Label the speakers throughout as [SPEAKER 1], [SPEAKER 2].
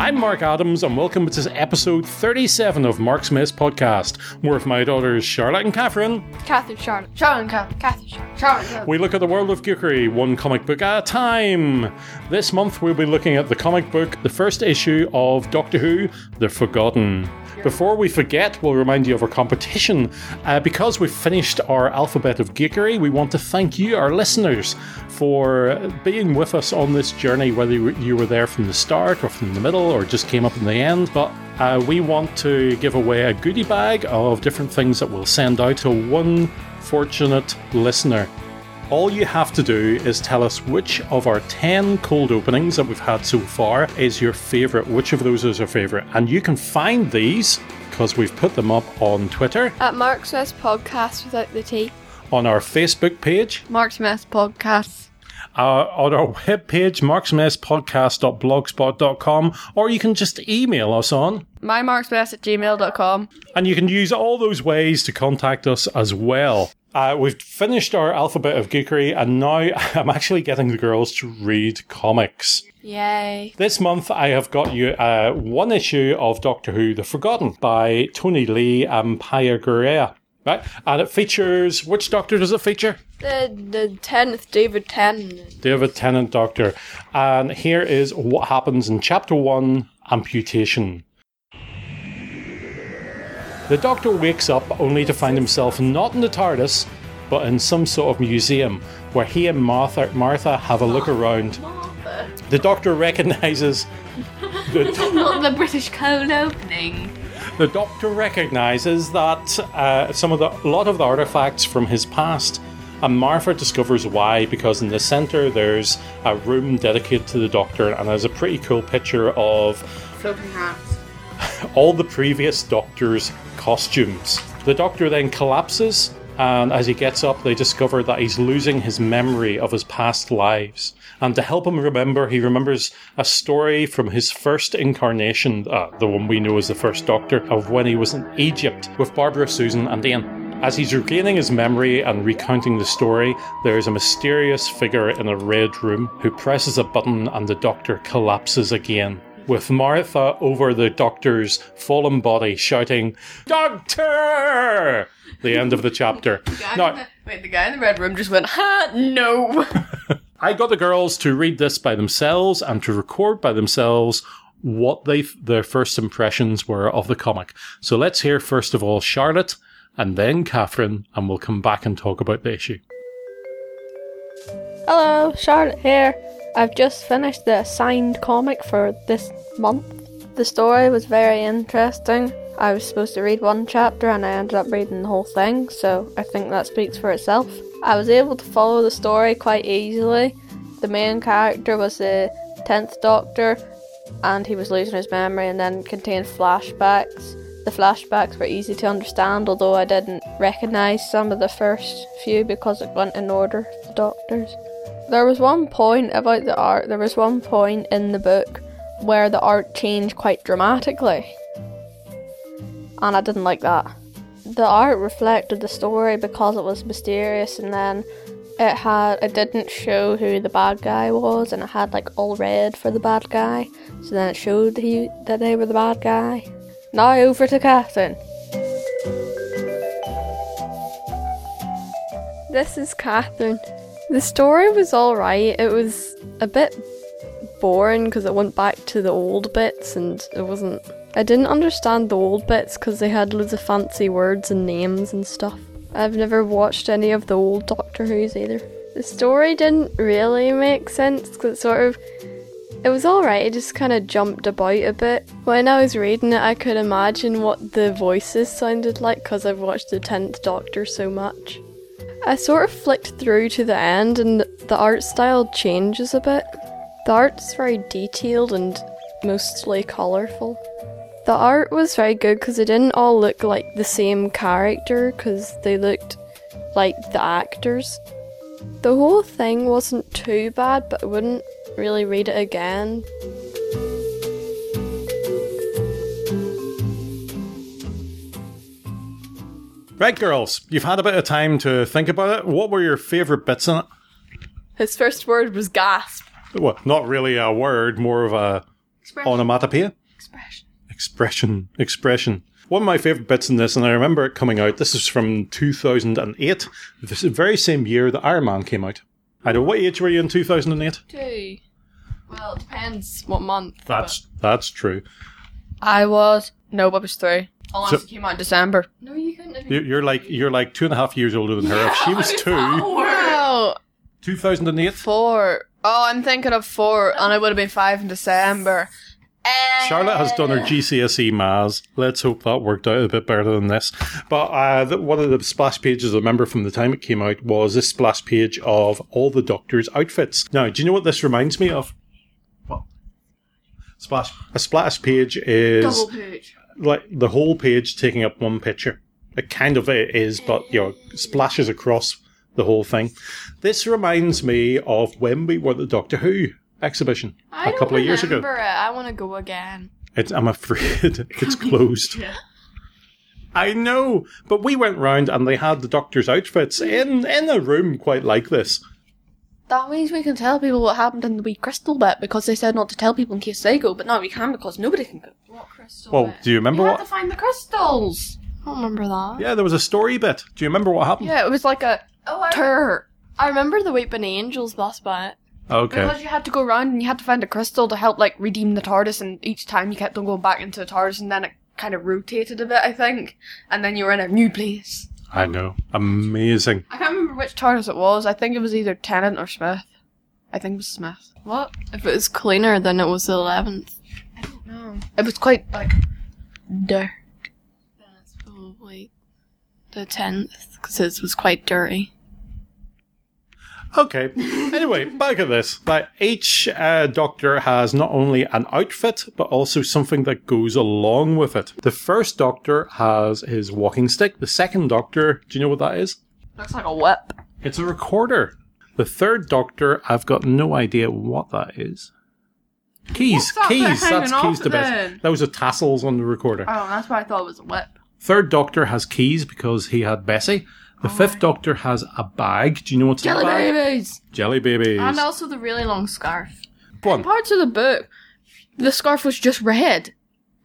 [SPEAKER 1] I'm Mark Adams, and welcome to episode 37 of Mark Smith's podcast. We're with my daughters Charlotte and Catherine.
[SPEAKER 2] Catherine Charlotte.
[SPEAKER 3] Charlotte Co.
[SPEAKER 2] Catherine Charlotte. Charlotte Co.
[SPEAKER 1] We look at the world of geekery, one comic book at a time. This month, we'll be looking at the comic book, the first issue of Doctor Who, The Forgotten. Before we forget, we'll remind you of our competition. Uh, because we've finished our alphabet of geekery, we want to thank you, our listeners, for being with us on this journey, whether you you were there from the start or from the middle or just came up in the end. But uh, we want to give away a goodie bag of different things that we'll send out to one fortunate listener. All you have to do is tell us which of our 10 cold openings that we've had so far is your favourite, which of those is your favourite. And you can find these because we've put them up on Twitter,
[SPEAKER 2] At Mark Smith's podcast without the T.
[SPEAKER 1] on our Facebook page,
[SPEAKER 2] Mark Smith's podcast.
[SPEAKER 1] uh, on our webpage, marksmithspodcast.blogspot.com, or you can just email us on
[SPEAKER 2] MyMarksmith at gmail.com.
[SPEAKER 1] And you can use all those ways to contact us as well. Uh, we've finished our alphabet of geekery, and now I'm actually getting the girls to read comics.
[SPEAKER 2] Yay.
[SPEAKER 1] This month, I have got you uh, one issue of Doctor Who The Forgotten by Tony Lee and Paya Guerrera. Right? And it features which Doctor does it feature?
[SPEAKER 2] The, the 10th, David Tennant.
[SPEAKER 1] David Tennant Doctor. And here is what happens in Chapter 1 Amputation. The Doctor wakes up only to find himself not in the TARDIS, but in some sort of museum where he and Martha, Martha have a look around. The Doctor recognises. The,
[SPEAKER 3] Not the British cold opening.
[SPEAKER 1] the Doctor recognises that uh, some of the a lot of the artifacts from his past, and Martha discovers why because in the centre there's a room dedicated to the Doctor, and there's a pretty cool picture of
[SPEAKER 3] Floating hats.
[SPEAKER 1] all the previous Doctor's costumes. The Doctor then collapses, and as he gets up, they discover that he's losing his memory of his past lives. And to help him remember, he remembers a story from his first incarnation, uh, the one we know as the first Doctor, of when he was in Egypt with Barbara, Susan, and Ian. As he's regaining his memory and recounting the story, there is a mysterious figure in a red room who presses a button and the doctor collapses again. With Martha over the doctor's fallen body shouting, Doctor! The end of the chapter. Now,
[SPEAKER 3] Wait, the guy in the red room just went, ha, no.
[SPEAKER 1] I got the girls to read this by themselves and to record by themselves what they their first impressions were of the comic. So let's hear first of all Charlotte and then Catherine, and we'll come back and talk about the issue.
[SPEAKER 2] Hello, Charlotte here. I've just finished the signed comic for this month. The story was very interesting. I was supposed to read one chapter and I ended up reading the whole thing, so I think that speaks for itself. I was able to follow the story quite easily. The main character was the 10th Doctor, and he was losing his memory and then contained flashbacks. The flashbacks were easy to understand, although I didn't recognise some of the first few because it went in order for the doctors. There was one point about the art, there was one point in the book where the art changed quite dramatically, and I didn't like that. The art reflected the story because it was mysterious and then it had it didn't show who the bad guy was and it had like all red for the bad guy so then it showed he, that they were the bad guy now over to Catherine
[SPEAKER 4] This is Catherine. The story was alright. It was a bit boring because it went back to the old bits and it wasn't. I didn't understand the old bits because they had loads of fancy words and names and stuff. I've never watched any of the old Doctor Who's either. The story didn't really make sense because it sort of. It was alright, it just kind of jumped about a bit. When I was reading it, I could imagine what the voices sounded like because I've watched The 10th Doctor so much. I sort of flicked through to the end, and the art style changes a bit. The art's very detailed and mostly colourful. The art was very good because they didn't all look like the same character, because they looked like the actors. The whole thing wasn't too bad, but I wouldn't really read it again.
[SPEAKER 1] Right, girls, you've had a bit of time to think about it. What were your favourite bits in it?
[SPEAKER 4] His first word was gasp.
[SPEAKER 1] Oh, Well, not really a word, more of a onomatopoeia.
[SPEAKER 2] Expression.
[SPEAKER 1] expression, expression. One of my favorite bits in this, and I remember it coming out. This is from 2008, this is the very same year that Iron Man came out. I know what age were you in 2008?
[SPEAKER 5] Two.
[SPEAKER 2] Well, it depends.
[SPEAKER 5] What month?
[SPEAKER 1] That's that's true.
[SPEAKER 2] I was. Nope, I was three. Unless
[SPEAKER 1] So-
[SPEAKER 2] it came out in December.
[SPEAKER 5] No, you couldn't have.
[SPEAKER 1] You- You're like you're like two and a half years older than her. if she was two,
[SPEAKER 2] Wow.
[SPEAKER 1] 2008.
[SPEAKER 2] Four. Oh, I'm thinking of four, and it would have been five in December. Eh.
[SPEAKER 1] Charlotte has done her GCSE maths. E Let's hope that worked out a bit better than this. But uh, th- one of the splash pages I remember from the time it came out was this splash page of all the Doctor's outfits. Now, do you know what this reminds me of? What? Splash. A splash page is
[SPEAKER 2] page.
[SPEAKER 1] like the whole page taking up one picture. It kind of it is, but you know, splashes across the whole thing. This reminds me of when we were at the Doctor Who exhibition a couple of years ago.
[SPEAKER 5] it. I want to go again.
[SPEAKER 1] It's, I'm afraid it's closed. I know, but we went round and they had the doctor's outfits in in a room quite like this.
[SPEAKER 2] That means we can tell people what happened in the wee crystal bit because they said not to tell people in case they go, but now we can because nobody can go.
[SPEAKER 5] What crystal?
[SPEAKER 1] Well, do you remember
[SPEAKER 2] We have to
[SPEAKER 1] what?
[SPEAKER 2] find the crystals.
[SPEAKER 5] I don't remember that.
[SPEAKER 1] Yeah, there was a story bit. Do you remember what happened?
[SPEAKER 2] Yeah, it was like a
[SPEAKER 5] Oh, I,
[SPEAKER 2] tur.
[SPEAKER 5] I remember the Wait But Angels last bit.
[SPEAKER 1] Okay.
[SPEAKER 2] Because you had to go around and you had to find a crystal to help like redeem the TARDIS, and each time you kept on going back into the TARDIS, and then it kind of rotated a bit, I think, and then you were in a new place.
[SPEAKER 1] I know. Amazing.
[SPEAKER 2] I can't remember which TARDIS it was. I think it was either Tennant or Smith. I think it was Smith.
[SPEAKER 5] What? If it was cleaner, then it was the 11th.
[SPEAKER 2] No, it was quite like dirt.
[SPEAKER 5] That's probably the 10th, because it was quite dirty.
[SPEAKER 1] Okay. Anyway, back at this. But each uh, doctor has not only an outfit, but also something that goes along with it. The first doctor has his walking stick. The second doctor, do you know what that is?
[SPEAKER 2] Looks like a whip.
[SPEAKER 1] It's a recorder. The third Doctor, I've got no idea what that is. Keys,
[SPEAKER 2] What's that they're
[SPEAKER 1] keys. That's
[SPEAKER 2] hanging
[SPEAKER 1] keys
[SPEAKER 2] off
[SPEAKER 1] to
[SPEAKER 2] then?
[SPEAKER 1] best. Those are tassels on the recorder.
[SPEAKER 2] Oh, that's why I thought it was a whip.
[SPEAKER 1] Third Doctor has keys because he had Bessie.
[SPEAKER 2] Oh
[SPEAKER 1] The fifth Doctor has a bag. Do you know what's in the bag?
[SPEAKER 2] babies.
[SPEAKER 1] Jelly babies.
[SPEAKER 5] And also the really long scarf.
[SPEAKER 1] One,
[SPEAKER 2] Parts of the book, the scarf was just red.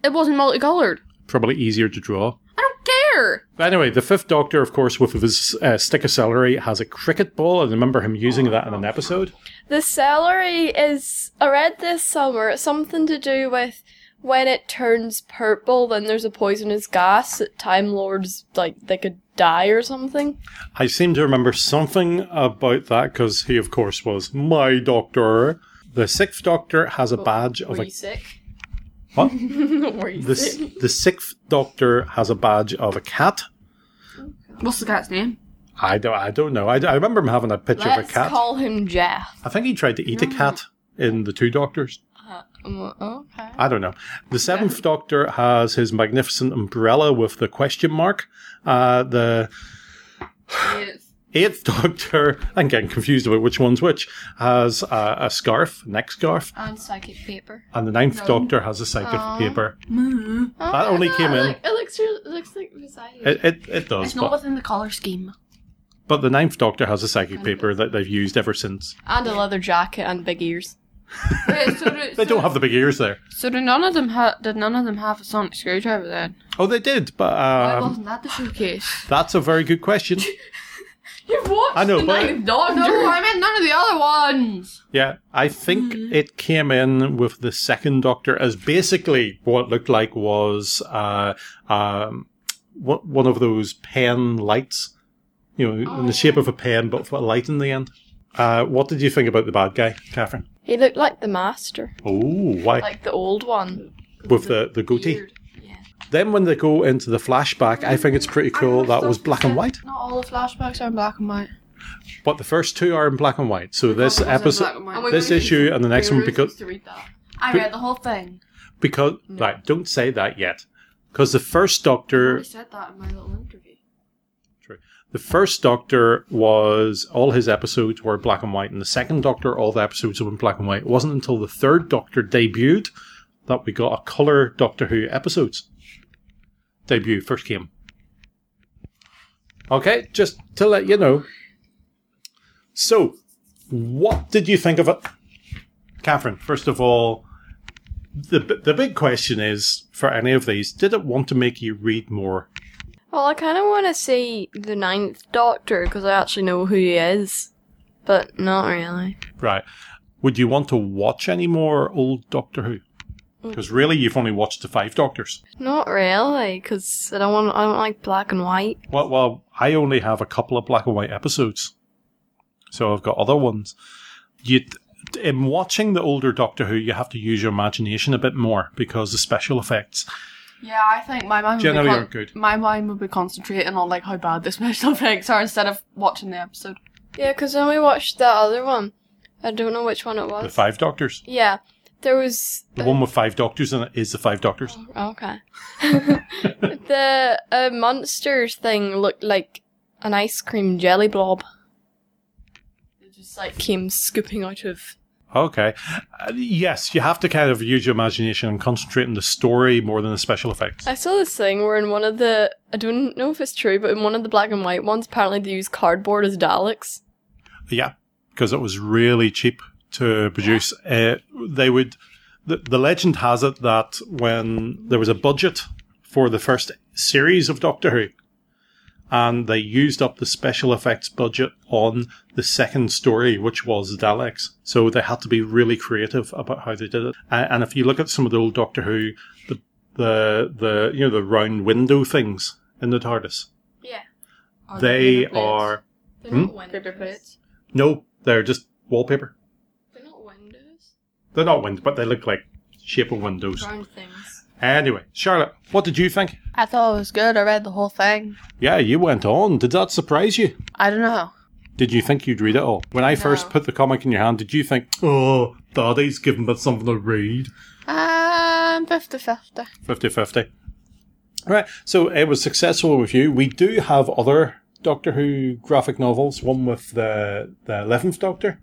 [SPEAKER 2] It wasn't multicolored.
[SPEAKER 1] probably easier to draw.
[SPEAKER 2] I don't care.
[SPEAKER 1] But anyway, the fifth Doctor, of course, with his uh, stick of celery, has a cricket ball. I remember him using that in an episode.
[SPEAKER 5] The celery is. I read this summer. It's something to do with when it turns purple, then there's a poisonous gas that Time Lords, like, they could die or something.
[SPEAKER 1] I seem to remember something about that because he, of course, was my doctor. The sixth doctor has
[SPEAKER 5] Oh,
[SPEAKER 1] a badge of
[SPEAKER 5] Were
[SPEAKER 1] a
[SPEAKER 5] you sick?
[SPEAKER 1] what?
[SPEAKER 5] Were you
[SPEAKER 1] The, s- the sixth doctor has a badge of a cat.
[SPEAKER 2] What's the cat's name?
[SPEAKER 1] I don't. I don't know. I, I remember him having a picture of a
[SPEAKER 5] Let's
[SPEAKER 1] cat.
[SPEAKER 5] call Mm. him Jeff.
[SPEAKER 1] I think he tried to eat a cat in the two doctors.
[SPEAKER 5] Mm, Okay.
[SPEAKER 1] I don't know. The seventh Doctor has his magnificent umbrella with the question mark. Uh, the eighth Doctor, I'm getting confused about which one's which, has uh, a scarf, neck scarf,
[SPEAKER 5] And psychic paper.
[SPEAKER 1] and the ninth Doctor has a psychic paper. That only came in.
[SPEAKER 5] It looks, it looks like beside you.
[SPEAKER 1] It, it, it does, but,
[SPEAKER 2] within the color scheme.
[SPEAKER 1] but the ninth Doctor has a psychic paper that they've used ever since.
[SPEAKER 5] And a leather jacket and big ears.
[SPEAKER 2] Wait, so, do,
[SPEAKER 1] They don't have the big ears there.
[SPEAKER 2] so do none of them ha- did none of them have a sonic screwdriver then?
[SPEAKER 1] Oh, they did, but um,
[SPEAKER 2] wasn't that the showcase?
[SPEAKER 1] that's a very good question.
[SPEAKER 2] You've watched
[SPEAKER 1] I know, the but-
[SPEAKER 2] Ninth Doctor. No, I meant none of the other ones.
[SPEAKER 1] Yeah, I think it came in with the second Doctor as basically what looked like was uh, um, one one of those pen lights, you know, in the shape of a pen, but with a light in the end. Uh, what did you think about the bad guy, Catherine?
[SPEAKER 5] He looked like the master.
[SPEAKER 1] Oh, why?
[SPEAKER 5] Like the old one.
[SPEAKER 1] with the, the goatee. Then when they go into the flashback, I think it's pretty cool that was black and white.
[SPEAKER 2] Not all the flashbacks are in black and white.
[SPEAKER 1] But the first two are in black and white. So this
[SPEAKER 2] black and white. And
[SPEAKER 1] episode,
[SPEAKER 2] we
[SPEAKER 1] this
[SPEAKER 2] really-
[SPEAKER 1] issue, and the next one because
[SPEAKER 2] to read that. I
[SPEAKER 1] But-
[SPEAKER 2] read the whole thing.
[SPEAKER 1] because right, don't say that yet, because the first Doctor,
[SPEAKER 2] said that in my little interview.
[SPEAKER 1] the first Doctor was all his episodes were black and white, and the second Doctor, all the episodes were in black and white. It wasn't until the third Doctor debuted that we got a color Doctor Who episodes. Debut first came. Okay, just to let you know. So, what did you think of it, Catherine? First of all, the the big question is for any of these: Did it want to make you read more?
[SPEAKER 5] Well, I kind of want to say the Ninth Doctor because I actually know who he is, but not really.
[SPEAKER 1] Right? Would you want to watch any more old Doctor Who? Because really, you've only watched the five Doctors.
[SPEAKER 5] Not really, because I don't want. I don't like black and white.
[SPEAKER 1] Well, well, I only have a couple of black and white episodes, so I've got other ones. You, in watching the older Doctor Who, you have to use your imagination a bit more because the special effects.
[SPEAKER 2] Yeah, I think my mind would
[SPEAKER 1] Generally
[SPEAKER 2] be
[SPEAKER 1] aren't good.
[SPEAKER 2] My mind would be concentrating on like how bad the special effects are instead of watching the episode.
[SPEAKER 5] Yeah, because when we watched that other one, I don't know which one it was.
[SPEAKER 1] The five Doctors,
[SPEAKER 5] Yeah, there was
[SPEAKER 1] the one with five Doctors in it, is the five Doctors.
[SPEAKER 5] Okay. the uh, monsters thing looked like an ice cream jelly blob. It just like came scooping out of.
[SPEAKER 1] Okay, Uh, yes, you have to kind of use your imagination and concentrate on the story more than the special effects.
[SPEAKER 5] I saw this thing where in one of the I don't know if it's true, but in one of the black and white ones, apparently they use cardboard as Daleks.
[SPEAKER 1] Yeah, because it was really cheap to produce. Uh, they would. The, the legend has it that when there was a budget for the first series of Doctor Who, and they used up the special effects budget on the second story, which was the Daleks. So they had to be really creative about how they did it. And, and if you look at some of the old Doctor Who, the the the you know the round window things in the TARDIS,
[SPEAKER 5] Yeah,
[SPEAKER 1] they are
[SPEAKER 5] they're
[SPEAKER 1] Hmm?
[SPEAKER 5] not windows.
[SPEAKER 1] no, they're just wallpaper.
[SPEAKER 5] They're not windows.
[SPEAKER 1] They're not windows, but they look like shape of windows.
[SPEAKER 5] Round things.
[SPEAKER 1] Anyway, Charlotte, what did you think?
[SPEAKER 2] I thought it was good. I read the whole thing.
[SPEAKER 1] Yeah, you went on. Did that surprise you?
[SPEAKER 2] I don't know.
[SPEAKER 1] Did you think you'd read it all? When I first
[SPEAKER 5] No.
[SPEAKER 1] put the comic in your hand, did you think, oh, Daddy's giving me something to read?
[SPEAKER 2] Um, 50-50.
[SPEAKER 1] 50 50. Right, so it was successful with you. We do have other Doctor Who graphic novels, one with the, the 11th Doctor.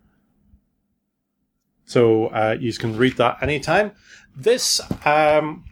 [SPEAKER 1] So uh, you can read that anytime. This, um,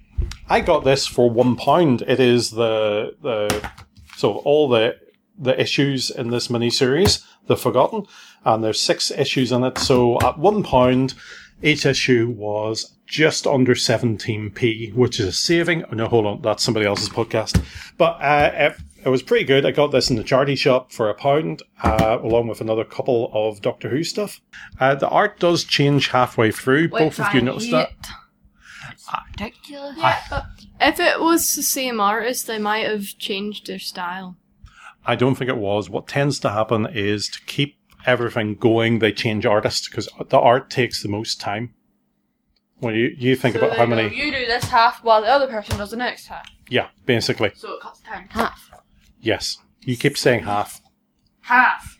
[SPEAKER 1] I got this for one pound. It is the, the so all the the issues in this miniseries, The Forgotten, and there's six issues in it. So at one pound, each issue was just under 17p, which is a saving. Oh, no, hold on, that's somebody else's podcast. But uh, it, it was pretty good. I got this in the charity shop for a pound, uh, along with another couple of Doctor Who stuff. Uh, the art does change halfway through. Both of you noticed that.
[SPEAKER 2] Ridiculous.
[SPEAKER 5] Yeah, but if it was the same artist, they might have changed their style.
[SPEAKER 1] I don't think it was. What tends to happen is to keep everything going, they change artists because the art takes the most time. When you, you think about how many.
[SPEAKER 2] You do this half while the other person does the next half.
[SPEAKER 1] Yeah, basically.
[SPEAKER 2] So it cuts down half.
[SPEAKER 1] Yes. You keep saying half.
[SPEAKER 2] Half.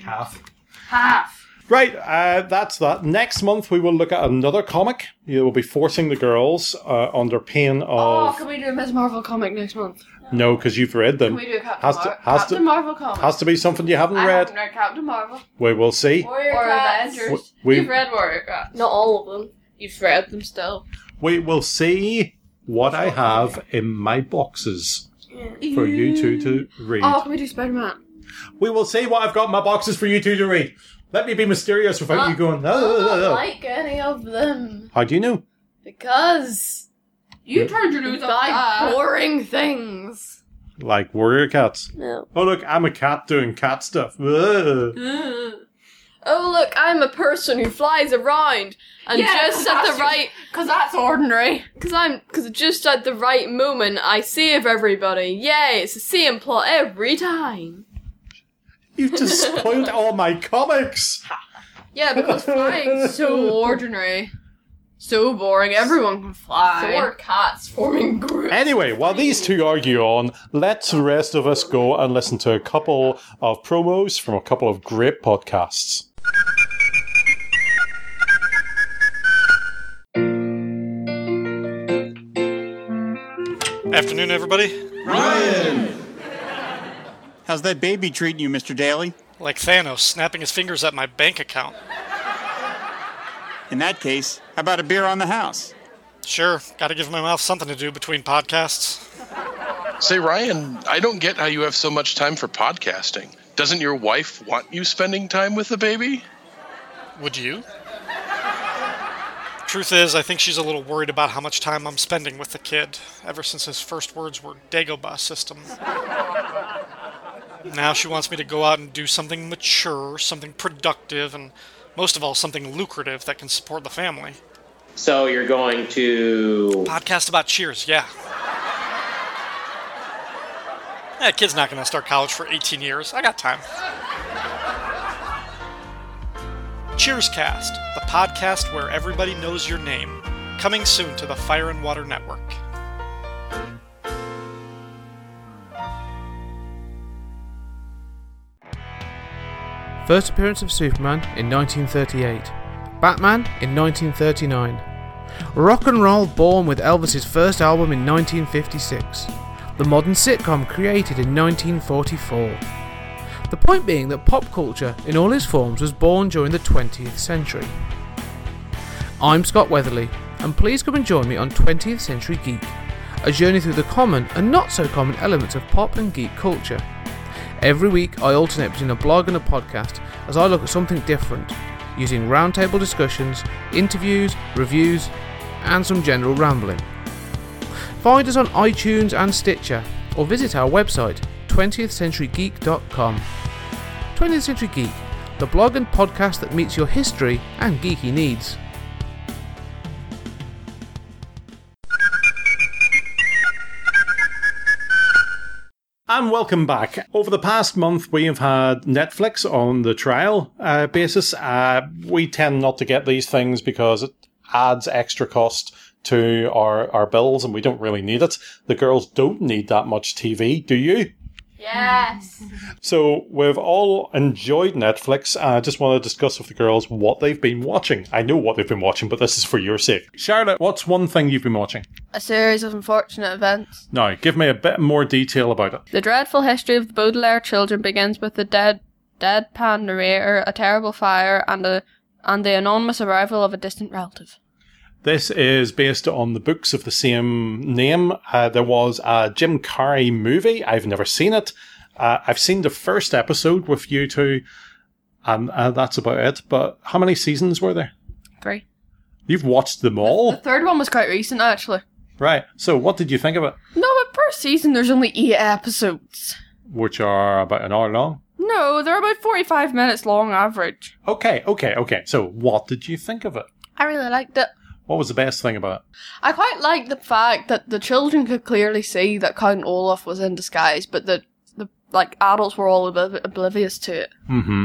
[SPEAKER 1] Half.
[SPEAKER 2] Half.
[SPEAKER 1] Right, uh, that's that. Next month, we will look at another comic. You will be forcing the girls uh, under pain
[SPEAKER 2] Oh,
[SPEAKER 1] of.
[SPEAKER 2] can we do a Ms. Marvel comic next month?
[SPEAKER 1] no, because you've read them.
[SPEAKER 2] Can we do a Captain,
[SPEAKER 1] Has to-
[SPEAKER 2] Mar-
[SPEAKER 1] has to-
[SPEAKER 2] Captain Marvel comic?
[SPEAKER 1] Has to be something you haven't
[SPEAKER 2] I
[SPEAKER 1] read.
[SPEAKER 2] haven't read Captain Marvel
[SPEAKER 1] We will see.
[SPEAKER 2] or Avengers.
[SPEAKER 1] We-
[SPEAKER 2] You've read Warrior Cats.
[SPEAKER 5] Not all of them.
[SPEAKER 2] You've read them still.
[SPEAKER 1] We will see what I have in my boxes for you two to read.
[SPEAKER 2] Oh, can we do Spider Man?
[SPEAKER 1] We will see what I've got in my boxes for you two to read. Let me be mysterious without you going. "Oh, oh,
[SPEAKER 5] I
[SPEAKER 1] oh,
[SPEAKER 5] don't
[SPEAKER 1] oh."
[SPEAKER 5] like any of them
[SPEAKER 1] How do you know?
[SPEAKER 5] because
[SPEAKER 2] You
[SPEAKER 1] Yeah.
[SPEAKER 2] turned your nose up.
[SPEAKER 5] buy
[SPEAKER 2] that.
[SPEAKER 5] boring things.
[SPEAKER 1] Like warrior cats.
[SPEAKER 5] No.
[SPEAKER 1] Oh look, I'm a cat doing cat stuff. Ugh.
[SPEAKER 5] Oh look, I'm a person who flies around and
[SPEAKER 2] Yeah,
[SPEAKER 5] just at
[SPEAKER 2] that's
[SPEAKER 5] the right
[SPEAKER 2] Cause that's ordinary.
[SPEAKER 5] because I'm because just at the right moment I save everybody. Yay! It's the same plot every time.
[SPEAKER 1] You've just spoiled all my comics.
[SPEAKER 2] Yeah, because flying's so ordinary. So boring. Everyone can fly.
[SPEAKER 5] Four cats forming groups.
[SPEAKER 1] Anyway, while these two argue on, let the rest of us go and listen to a couple of promos from a couple of great podcasts.
[SPEAKER 6] Afternoon, everybody.
[SPEAKER 7] How's that baby treating you, Mr. Daly?
[SPEAKER 6] Like Thanos snapping his fingers at my bank account.
[SPEAKER 7] In that case, how about a beer on the house?
[SPEAKER 6] Sure, gotta give my mouth something to do between podcasts.
[SPEAKER 8] Say, Ryan, I don't get how you have so much time for podcasting. Doesn't your wife want you spending time with the baby?
[SPEAKER 6] Would you? Truth is, I think she's a little worried about how much time I'm spending with the kid, ever since his first words were Dagobah system. now she wants me to go out and do something mature, something productive, and most of all, something lucrative that can support the family.
[SPEAKER 9] So you're going to.
[SPEAKER 6] Podcast about cheers, yeah. That kid's not going to start college for 18 years. I got time. Cheerscast, the podcast where everybody knows your name, coming soon to the Fire and Water Network.
[SPEAKER 10] First appearance of Superman in 1938. Batman in 1939. Rock and roll born with Elvis's first album in 1956. The modern sitcom created in 1944. The point being that pop culture in all its forms was born during the 20th century. I'm Scott Weatherly, and please come and join me on 20th Century Geek, a journey through the common and not so common elements of pop and geek culture. Every week, I alternate between a blog and a podcast as I look at something different, using roundtable discussions, interviews, reviews, and some general rambling. Find us on iTunes and Stitcher, or visit our website, 20thcenturygeek.com. 20th Century Geek, the blog and podcast that meets your history and geeky needs.
[SPEAKER 1] And welcome back. Over the past month, we have had Netflix on the trial uh, basis. Uh, we tend not to get these things because it adds extra cost to our, our bills and we don't really need it. The girls don't need that much TV, do you?
[SPEAKER 2] Yes.
[SPEAKER 1] So we've all enjoyed Netflix. and I just want to discuss with the girls what they've been watching. I know what they've been watching, but this is for your sake. Charlotte, what's one thing you've been watching?
[SPEAKER 2] A series of unfortunate events.
[SPEAKER 1] Now, give me a bit more detail about it.
[SPEAKER 2] The dreadful history of the Baudelaire children begins with the dead deadpan narrator, a terrible fire, and a and the anonymous arrival of a distant relative.
[SPEAKER 1] This is based on the books of the same name. Uh, there was a Jim Carrey movie. I've never seen it. Uh, I've seen the first episode with you two, and uh, that's about it. But how many seasons were there?
[SPEAKER 2] Three.
[SPEAKER 1] You've watched them all,
[SPEAKER 2] The third one was quite recent, actually.
[SPEAKER 1] right? So, what did you think of it?
[SPEAKER 2] No, but per season there's only eight episodes.
[SPEAKER 1] Which are about an hour long.
[SPEAKER 2] No, they're about 45 minutes long average.
[SPEAKER 1] Okay, okay, okay. So, what did you think of it?
[SPEAKER 2] I really liked it.
[SPEAKER 1] What was the best thing about it?
[SPEAKER 2] I quite liked the fact that the children could clearly see that Count Olaf was in disguise, but the, the like adults were all obliv- oblivious to it.
[SPEAKER 1] Mm-hmm.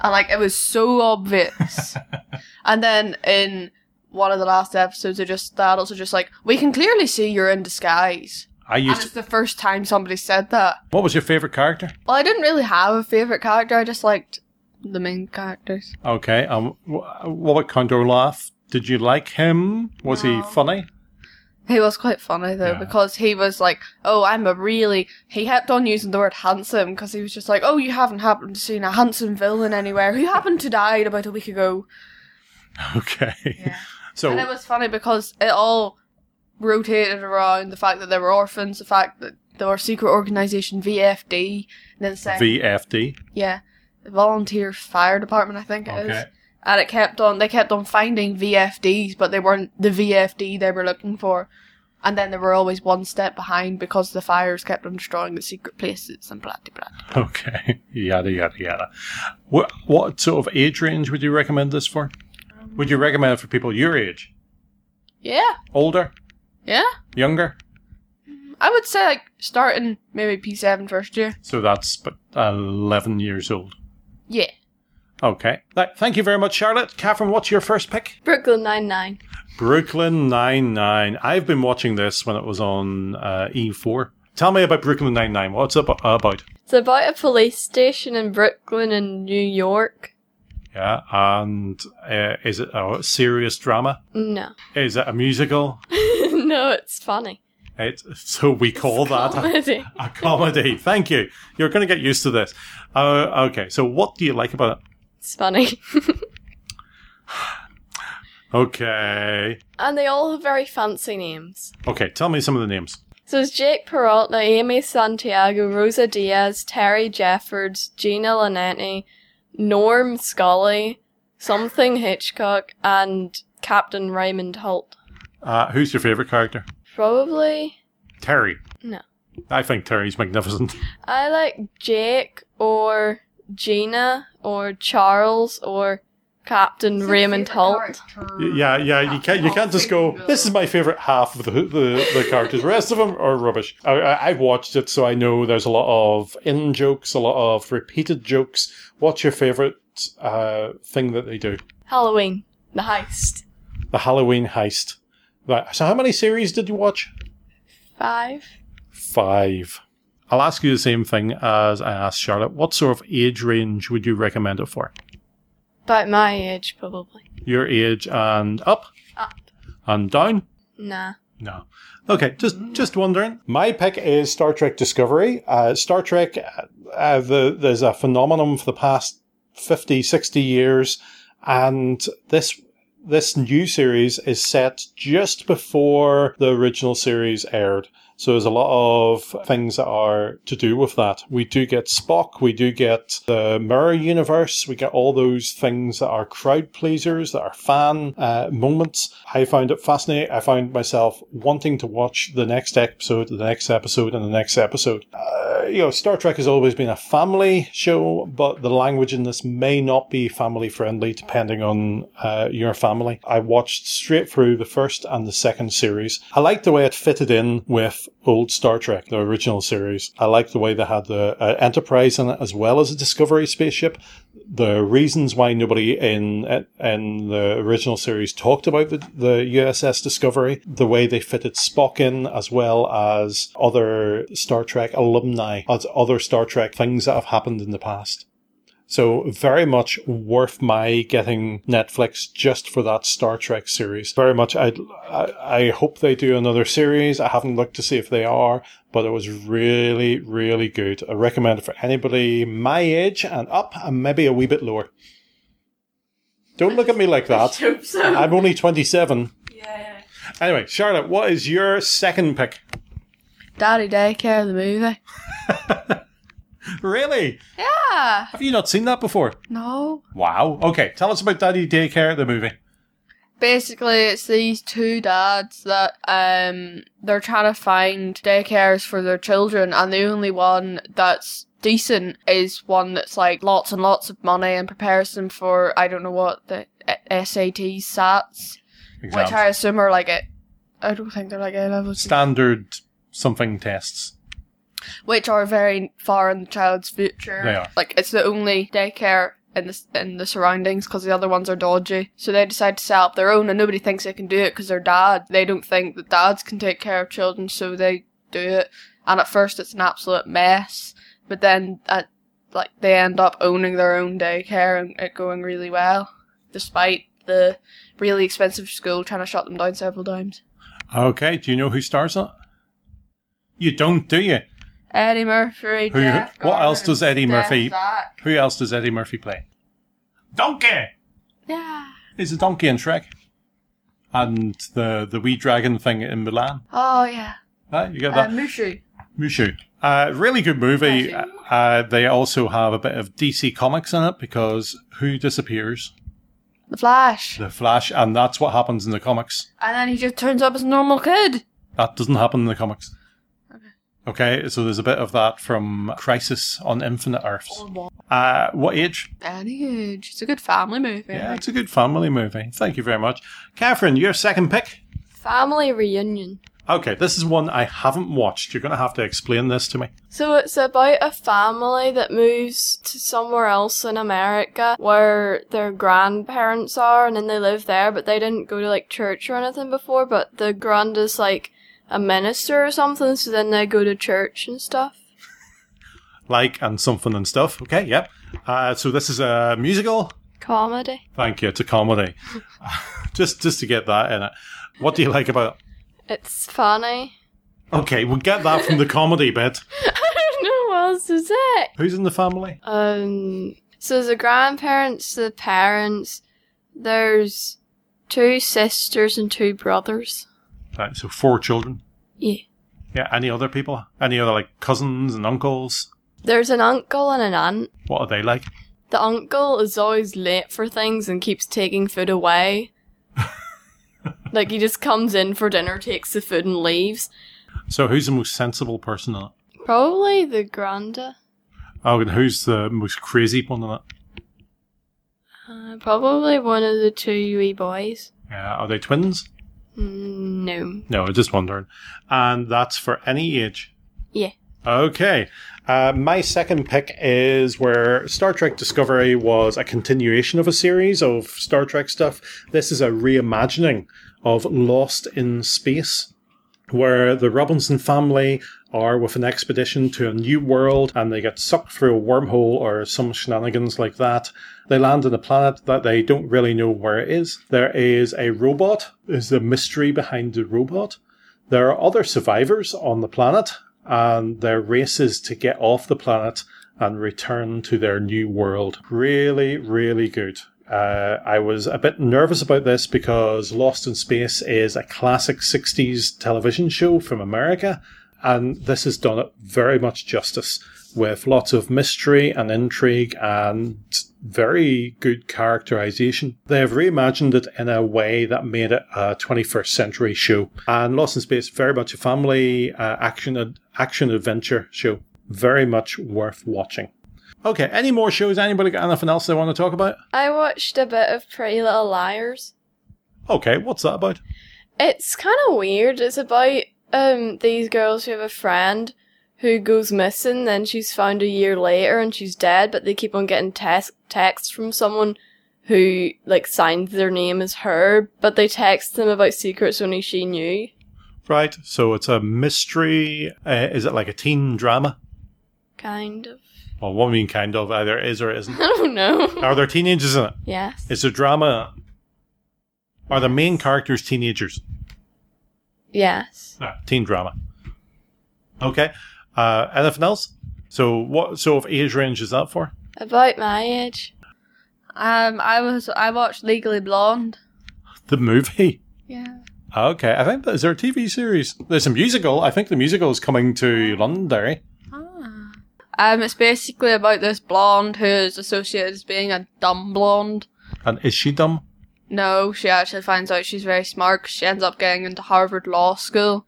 [SPEAKER 2] And like it was so obvious. and then in one of the last episodes, they just the adults are just like, "We can clearly see you're in disguise."
[SPEAKER 1] I
[SPEAKER 2] And
[SPEAKER 1] used.
[SPEAKER 2] it's the first time somebody said that.
[SPEAKER 1] What was your favorite character?
[SPEAKER 2] Well, I didn't really have a favorite character. I just liked the main characters.
[SPEAKER 1] Okay. Um. wh- What about Count Olaf? Did you like him? Was he
[SPEAKER 2] No.
[SPEAKER 1] funny?
[SPEAKER 2] He was quite funny though
[SPEAKER 1] Yeah.
[SPEAKER 2] because he was like, "Oh, I'm a really." He kept on using the word handsome because he was just like, "Oh, you haven't happened to seen a handsome villain anywhere who happened to died about a week ago."
[SPEAKER 1] Okay. So
[SPEAKER 2] And it was funny because it all rotated around the fact that they were orphans, the fact that they were a secret organization VFD, and then saying,
[SPEAKER 1] VFD.
[SPEAKER 2] yeah, Volunteer Fire Department, I think it is.
[SPEAKER 1] Okay.
[SPEAKER 2] And it kept on, they kept on finding VFDs, but they weren't the VFD they were looking for. And then they were always one step behind because the fires kept on destroying the secret places and blah, blah, blah.
[SPEAKER 1] Okay. Yada yada yada. What what sort of age range would you recommend this for? Would you recommend it for people your age?
[SPEAKER 2] Yeah,
[SPEAKER 1] Older?
[SPEAKER 2] yeah.
[SPEAKER 1] Younger?
[SPEAKER 2] I would say, like, starting maybe P7 first year.
[SPEAKER 1] So that's but eleven years old.
[SPEAKER 2] Yeah.
[SPEAKER 1] Okay. Th- Thank you very much, Charlotte. Catherine, what's your first pick?
[SPEAKER 5] Brooklyn Nine-Nine.
[SPEAKER 1] Brooklyn Nine Nine. I've been watching this when it was on uh, E4. Tell me about Brooklyn Nine Nine. What's it abo- about?
[SPEAKER 5] It's about a police station in Brooklyn in New York.
[SPEAKER 1] Yeah, and uh, is it a serious drama?
[SPEAKER 5] No.
[SPEAKER 1] Is it a musical?
[SPEAKER 5] no, it's funny.
[SPEAKER 1] It, so we call that a,
[SPEAKER 5] Comedy.
[SPEAKER 1] a comedy. Thank you. You're going to get used to this. Uh, okay, so what do you like about it?
[SPEAKER 5] It's funny.
[SPEAKER 1] Okay,
[SPEAKER 5] and they all have very fancy names.
[SPEAKER 1] okay. Tell me some of the names.
[SPEAKER 5] So it's Jake Peralta, Amy Santiago, Rosa Diaz, Terry Jeffords, Gina Linetti, Norm Scully, Something Hitchcock, and Captain Raymond Holt.
[SPEAKER 1] Uh, who's your favorite character?
[SPEAKER 5] Probably.
[SPEAKER 1] Terry.
[SPEAKER 5] No.
[SPEAKER 1] I think Terry's magnificent.
[SPEAKER 5] I like Jake or Gina or Charles or Captain Raymond Holt.
[SPEAKER 1] Y- Yeah, yeah. You can't you can't just go. This is my favorite half of the the, the characters. The rest of them are rubbish. I, I, I've watched it, so I know there's a lot of in jokes, a lot of repeated jokes. What's your favorite uh, thing that they do?
[SPEAKER 5] Halloween. The heist.
[SPEAKER 1] The Halloween heist. Right. So how many series did you watch?
[SPEAKER 5] Five.
[SPEAKER 1] Five. I'll ask you the same thing as I asked Charlotte. What sort of age range would you recommend it for?
[SPEAKER 5] About my age, probably.
[SPEAKER 1] Your age and up
[SPEAKER 5] Up.
[SPEAKER 1] and down.
[SPEAKER 5] Nah.
[SPEAKER 1] No. Okay, just just wondering. My pick is Star Trek Discovery. Uh, Star Trek, uh, uh, the, there's a phenomenon for the past 50, 60 years, and this this new series is set just before the original series aired. So there's a lot of things that are to do with that. We do get Spock, we do get the Mirror Universe, we get all those things that are crowd pleasers, that are fan uh, moments. I found it fascinating. I found myself wanting to watch the next episode, the next episode, and the next episode. Uh, you know, Star Trek has always been a family show, but the language in this may not be family friendly depending on uh, your family. I watched straight through the first and the second series. I liked the way it fitted in with old Star Trek, the original series. I liked the way they had the uh, Enterprise in it as well as a Discovery spaceship. The reasons why nobody in in the original series talked about the, the USS Discovery, the way they fitted Spock in, as well as other Star Trek alumni, as other Star Trek things that have happened in the past. So very much worth my getting Netflix just for that Star Trek series. Very much. I'd, I I hope they do another series. I haven't looked to see if they are, but it was really really good. I recommend it for anybody my age and up, and maybe a wee bit lower. Don't look at me like that. I'm only twenty seven.
[SPEAKER 2] Yeah.
[SPEAKER 1] Anyway, Charlotte, what is your second pick?
[SPEAKER 2] Daddy Daycare, the movie.
[SPEAKER 1] Really?
[SPEAKER 2] Yeah.
[SPEAKER 1] Have you not seen that before?
[SPEAKER 2] No.
[SPEAKER 1] Wow. Okay, tell us about Daddy Daycare, the movie.
[SPEAKER 2] Basically, it's these two dads that um they're trying to find daycares for their children, and the only one that's decent is one that's like lots and lots of money and prepares them for I don't know what the SAT SATs, which I assume are like it. I don't think they're like A levels.
[SPEAKER 1] standard something tests.
[SPEAKER 2] which are very far in the child's future.
[SPEAKER 1] They are.
[SPEAKER 2] Like it's the only daycare in the in the surroundings because the other ones are dodgy. So they decide to set up their own, and nobody thinks they can do it because they're dad. They don't think that dads can take care of children, so they do it. And at first, it's an absolute mess, but then at like they end up owning their own daycare and it going really well, despite the really expensive school trying to shut them down several times.
[SPEAKER 1] Okay, do you know who stars in it? You don't, do you?
[SPEAKER 2] Eddie Murphy.
[SPEAKER 1] Who-
[SPEAKER 2] Jeff
[SPEAKER 1] what
[SPEAKER 2] Garner,
[SPEAKER 1] else does Eddie
[SPEAKER 2] Steph
[SPEAKER 1] Murphy-
[SPEAKER 2] Zack.
[SPEAKER 1] Who else does Eddie Murphy play? Donkey!
[SPEAKER 2] Yeah.
[SPEAKER 1] He's a donkey in Shrek. And the, the wee dragon thing in Milan.
[SPEAKER 2] Oh yeah.
[SPEAKER 1] Right, you got
[SPEAKER 2] Uh,
[SPEAKER 5] Um,
[SPEAKER 1] that?
[SPEAKER 2] Mushu.
[SPEAKER 1] Mushu. Uh, really good movie. Uh, they also have a bit of DC Comics in it because who disappears?
[SPEAKER 2] The Flash.
[SPEAKER 1] The Flash, and that's what happens in the comics.
[SPEAKER 2] And then he just turns up as a normal kid.
[SPEAKER 1] That doesn't happen in the comics. Okay. so there's a bit of that from Crisis on Infinite Earths. Uh, what age?
[SPEAKER 2] Any age. It's a good family movie.
[SPEAKER 1] Yeah, it's a good family movie. Thank you very much. Catherine, your second pick.
[SPEAKER 5] Family reunion.
[SPEAKER 1] Okay, this is one I haven't watched. You're going to have to explain this to me.
[SPEAKER 5] So it's about a family that moves to somewhere else in America where their grandparents are and then they live there, but they didn't go to like church or anything before, but the grand is like a minister or something, so then they go to church and stuff.
[SPEAKER 1] Like and something and stuff. Okay, yep. Uh, so this is a musical.
[SPEAKER 5] Comedy.
[SPEAKER 1] Thank you. It's a comedy. just, just to get that in it. What do you like about it?
[SPEAKER 5] It's funny.
[SPEAKER 1] Okay, we'll get that from the comedy bit.
[SPEAKER 5] I don't know what else to say.
[SPEAKER 1] Who's in the family?
[SPEAKER 5] Um, so there's the grandparents, the parents, there's two sisters and two brothers.
[SPEAKER 1] Right, so four children.
[SPEAKER 5] Yeah.
[SPEAKER 1] Yeah, any other people? Any other like cousins and uncles?
[SPEAKER 5] There's an uncle and an aunt.
[SPEAKER 1] What are they like?
[SPEAKER 5] The uncle is always late for things and keeps taking food away. Like he just comes in for dinner, takes the food, and leaves.
[SPEAKER 1] So who's the most sensible person in it?
[SPEAKER 5] Probably the uh, granda.
[SPEAKER 1] Oh, and who's the most crazy one in it?
[SPEAKER 5] Uh, probably one of the two wee boys.
[SPEAKER 1] Yeah, Uh, are they twins?
[SPEAKER 5] Mm, No.
[SPEAKER 1] No, I'm just wondering. And that's for any age.
[SPEAKER 5] Yeah.
[SPEAKER 1] Okay. Uh, my second pick is where Star Trek Discovery was a continuation of a series of Star Trek stuff. This is a reimagining of Lost in Space, where the Robinson family are with an expedition to a new world and they get sucked through a wormhole or some shenanigans like that. They land on a planet that they don't really know where it is. There is a robot, is the mystery behind the robot. There are other survivors on the planet, and their race is to get off the planet and return to their new world. Really, really good. Uh, I was a bit nervous about this because Lost in Space is a classic 60s television show from America, and this has done it very much justice with lots of mystery and intrigue and very good characterization. They have reimagined it in a way that made it a 21st century show. And Lost in Space, very much a family uh, action ad- action adventure show. Very much worth watching. Okay, any more shows? Anybody got anything else they want to talk about?
[SPEAKER 5] I watched a bit of Pretty Little Liars.
[SPEAKER 1] Okay, what's that about?
[SPEAKER 5] It's kind of weird. It's about um these girls who have a friend who goes missing, then she's found a year later and she's dead, but they keep on getting tes- texts from someone who like signed their name as her, but they text them about secrets only she knew.
[SPEAKER 1] Right, so it's a mystery. Uh, is it like a teen drama?
[SPEAKER 5] Kind of.
[SPEAKER 1] Well, what do you mean kind of? Either is or isn't.
[SPEAKER 5] I don't know.
[SPEAKER 1] Are there teenagers in it?
[SPEAKER 5] yes.
[SPEAKER 1] Is there drama? Are the main characters teenagers?
[SPEAKER 5] Yes.
[SPEAKER 1] Ah, teen drama. Okay. Uh, anything else? So what? So if age range is that for?
[SPEAKER 5] About my age.
[SPEAKER 2] Um, I was I watched Legally Blonde.
[SPEAKER 1] The movie.
[SPEAKER 2] Yeah.
[SPEAKER 1] Okay, I think that is there a TV series. There's a musical. I think the musical is coming to eh? Londonderry.
[SPEAKER 2] Um, it's basically about this blonde who is associated as being a dumb blonde.
[SPEAKER 1] And is she dumb?
[SPEAKER 2] No, she actually finds out she's very smart. 'cause she ends up getting into Harvard Law School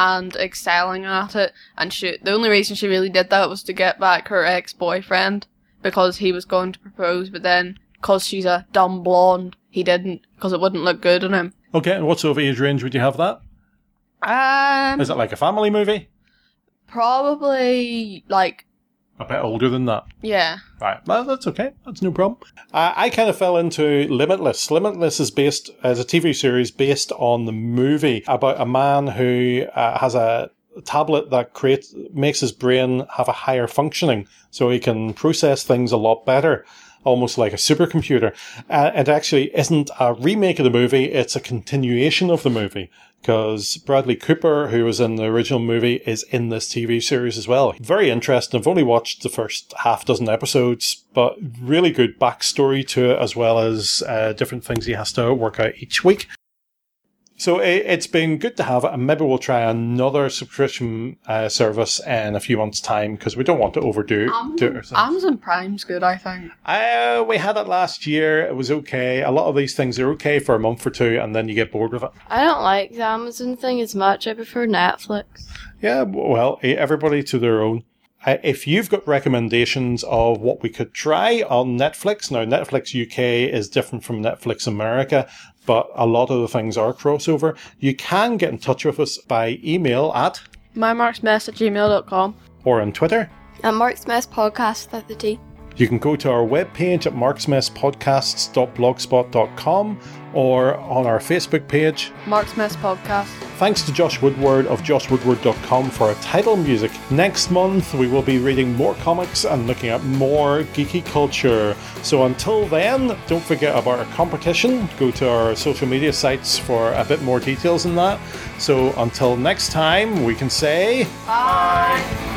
[SPEAKER 2] and excelling at it. And she, the only reason she really did that was to get back her ex boyfriend because he was going to propose, but then because she's a dumb blonde, he didn't because it wouldn't look good on him.
[SPEAKER 1] Okay, and what sort of age range would you have that?
[SPEAKER 2] Um,
[SPEAKER 1] Is it like a family movie?
[SPEAKER 2] probably like
[SPEAKER 1] A bit older than that.
[SPEAKER 2] yeah.
[SPEAKER 1] Right. Well, that's okay. That's no problem. Uh, I kind of fell into Limitless. Limitless is based as a TV series based on the movie about a man who uh, has a tablet that creates makes his brain have a higher functioning, so he can process things a lot better. Almost like a supercomputer. Uh, it actually isn't a remake of the movie, it's a continuation of the movie. Because Bradley Cooper, who was in the original movie, is in this TV series as well. Very interesting. I've only watched the first half dozen episodes, but really good backstory to it, as well as uh, different things he has to work out each week. So it, it's been good to have it, and maybe we'll try another subscription uh, service in a few months' time because we don't want to overdo
[SPEAKER 2] Um,
[SPEAKER 1] do it. ourselves.
[SPEAKER 2] Amazon Prime's good, I think.
[SPEAKER 1] Uh, we had it last year. It was okay. A lot of these things are okay for a month or two, and then you get bored with it.
[SPEAKER 5] I don't like the Amazon thing as much. I prefer Netflix.
[SPEAKER 1] Yeah, well, eh, everybody to their own. Uh, If you've got recommendations of what we could try on Netflix, now Netflix UK is different from Netflix America, but a lot of the things are crossover. You can get in touch with us by email at
[SPEAKER 2] Mymarksmess at gmail.com.
[SPEAKER 1] or on Twitter.
[SPEAKER 5] And Mark's Mess Podcast without the T.
[SPEAKER 1] You can go to our webpage at marksmesspodcasts.blogspot.com or on our Facebook page.
[SPEAKER 2] Mark's Mess Podcast.
[SPEAKER 1] Thanks to Josh Woodward of joshwoodward.com for our title music. Next month, we will be reading more comics and looking at more geeky culture. So until then, don't forget about our competition. Go to our social media sites for a bit more details on that. So until next time, we can say.
[SPEAKER 2] Bye.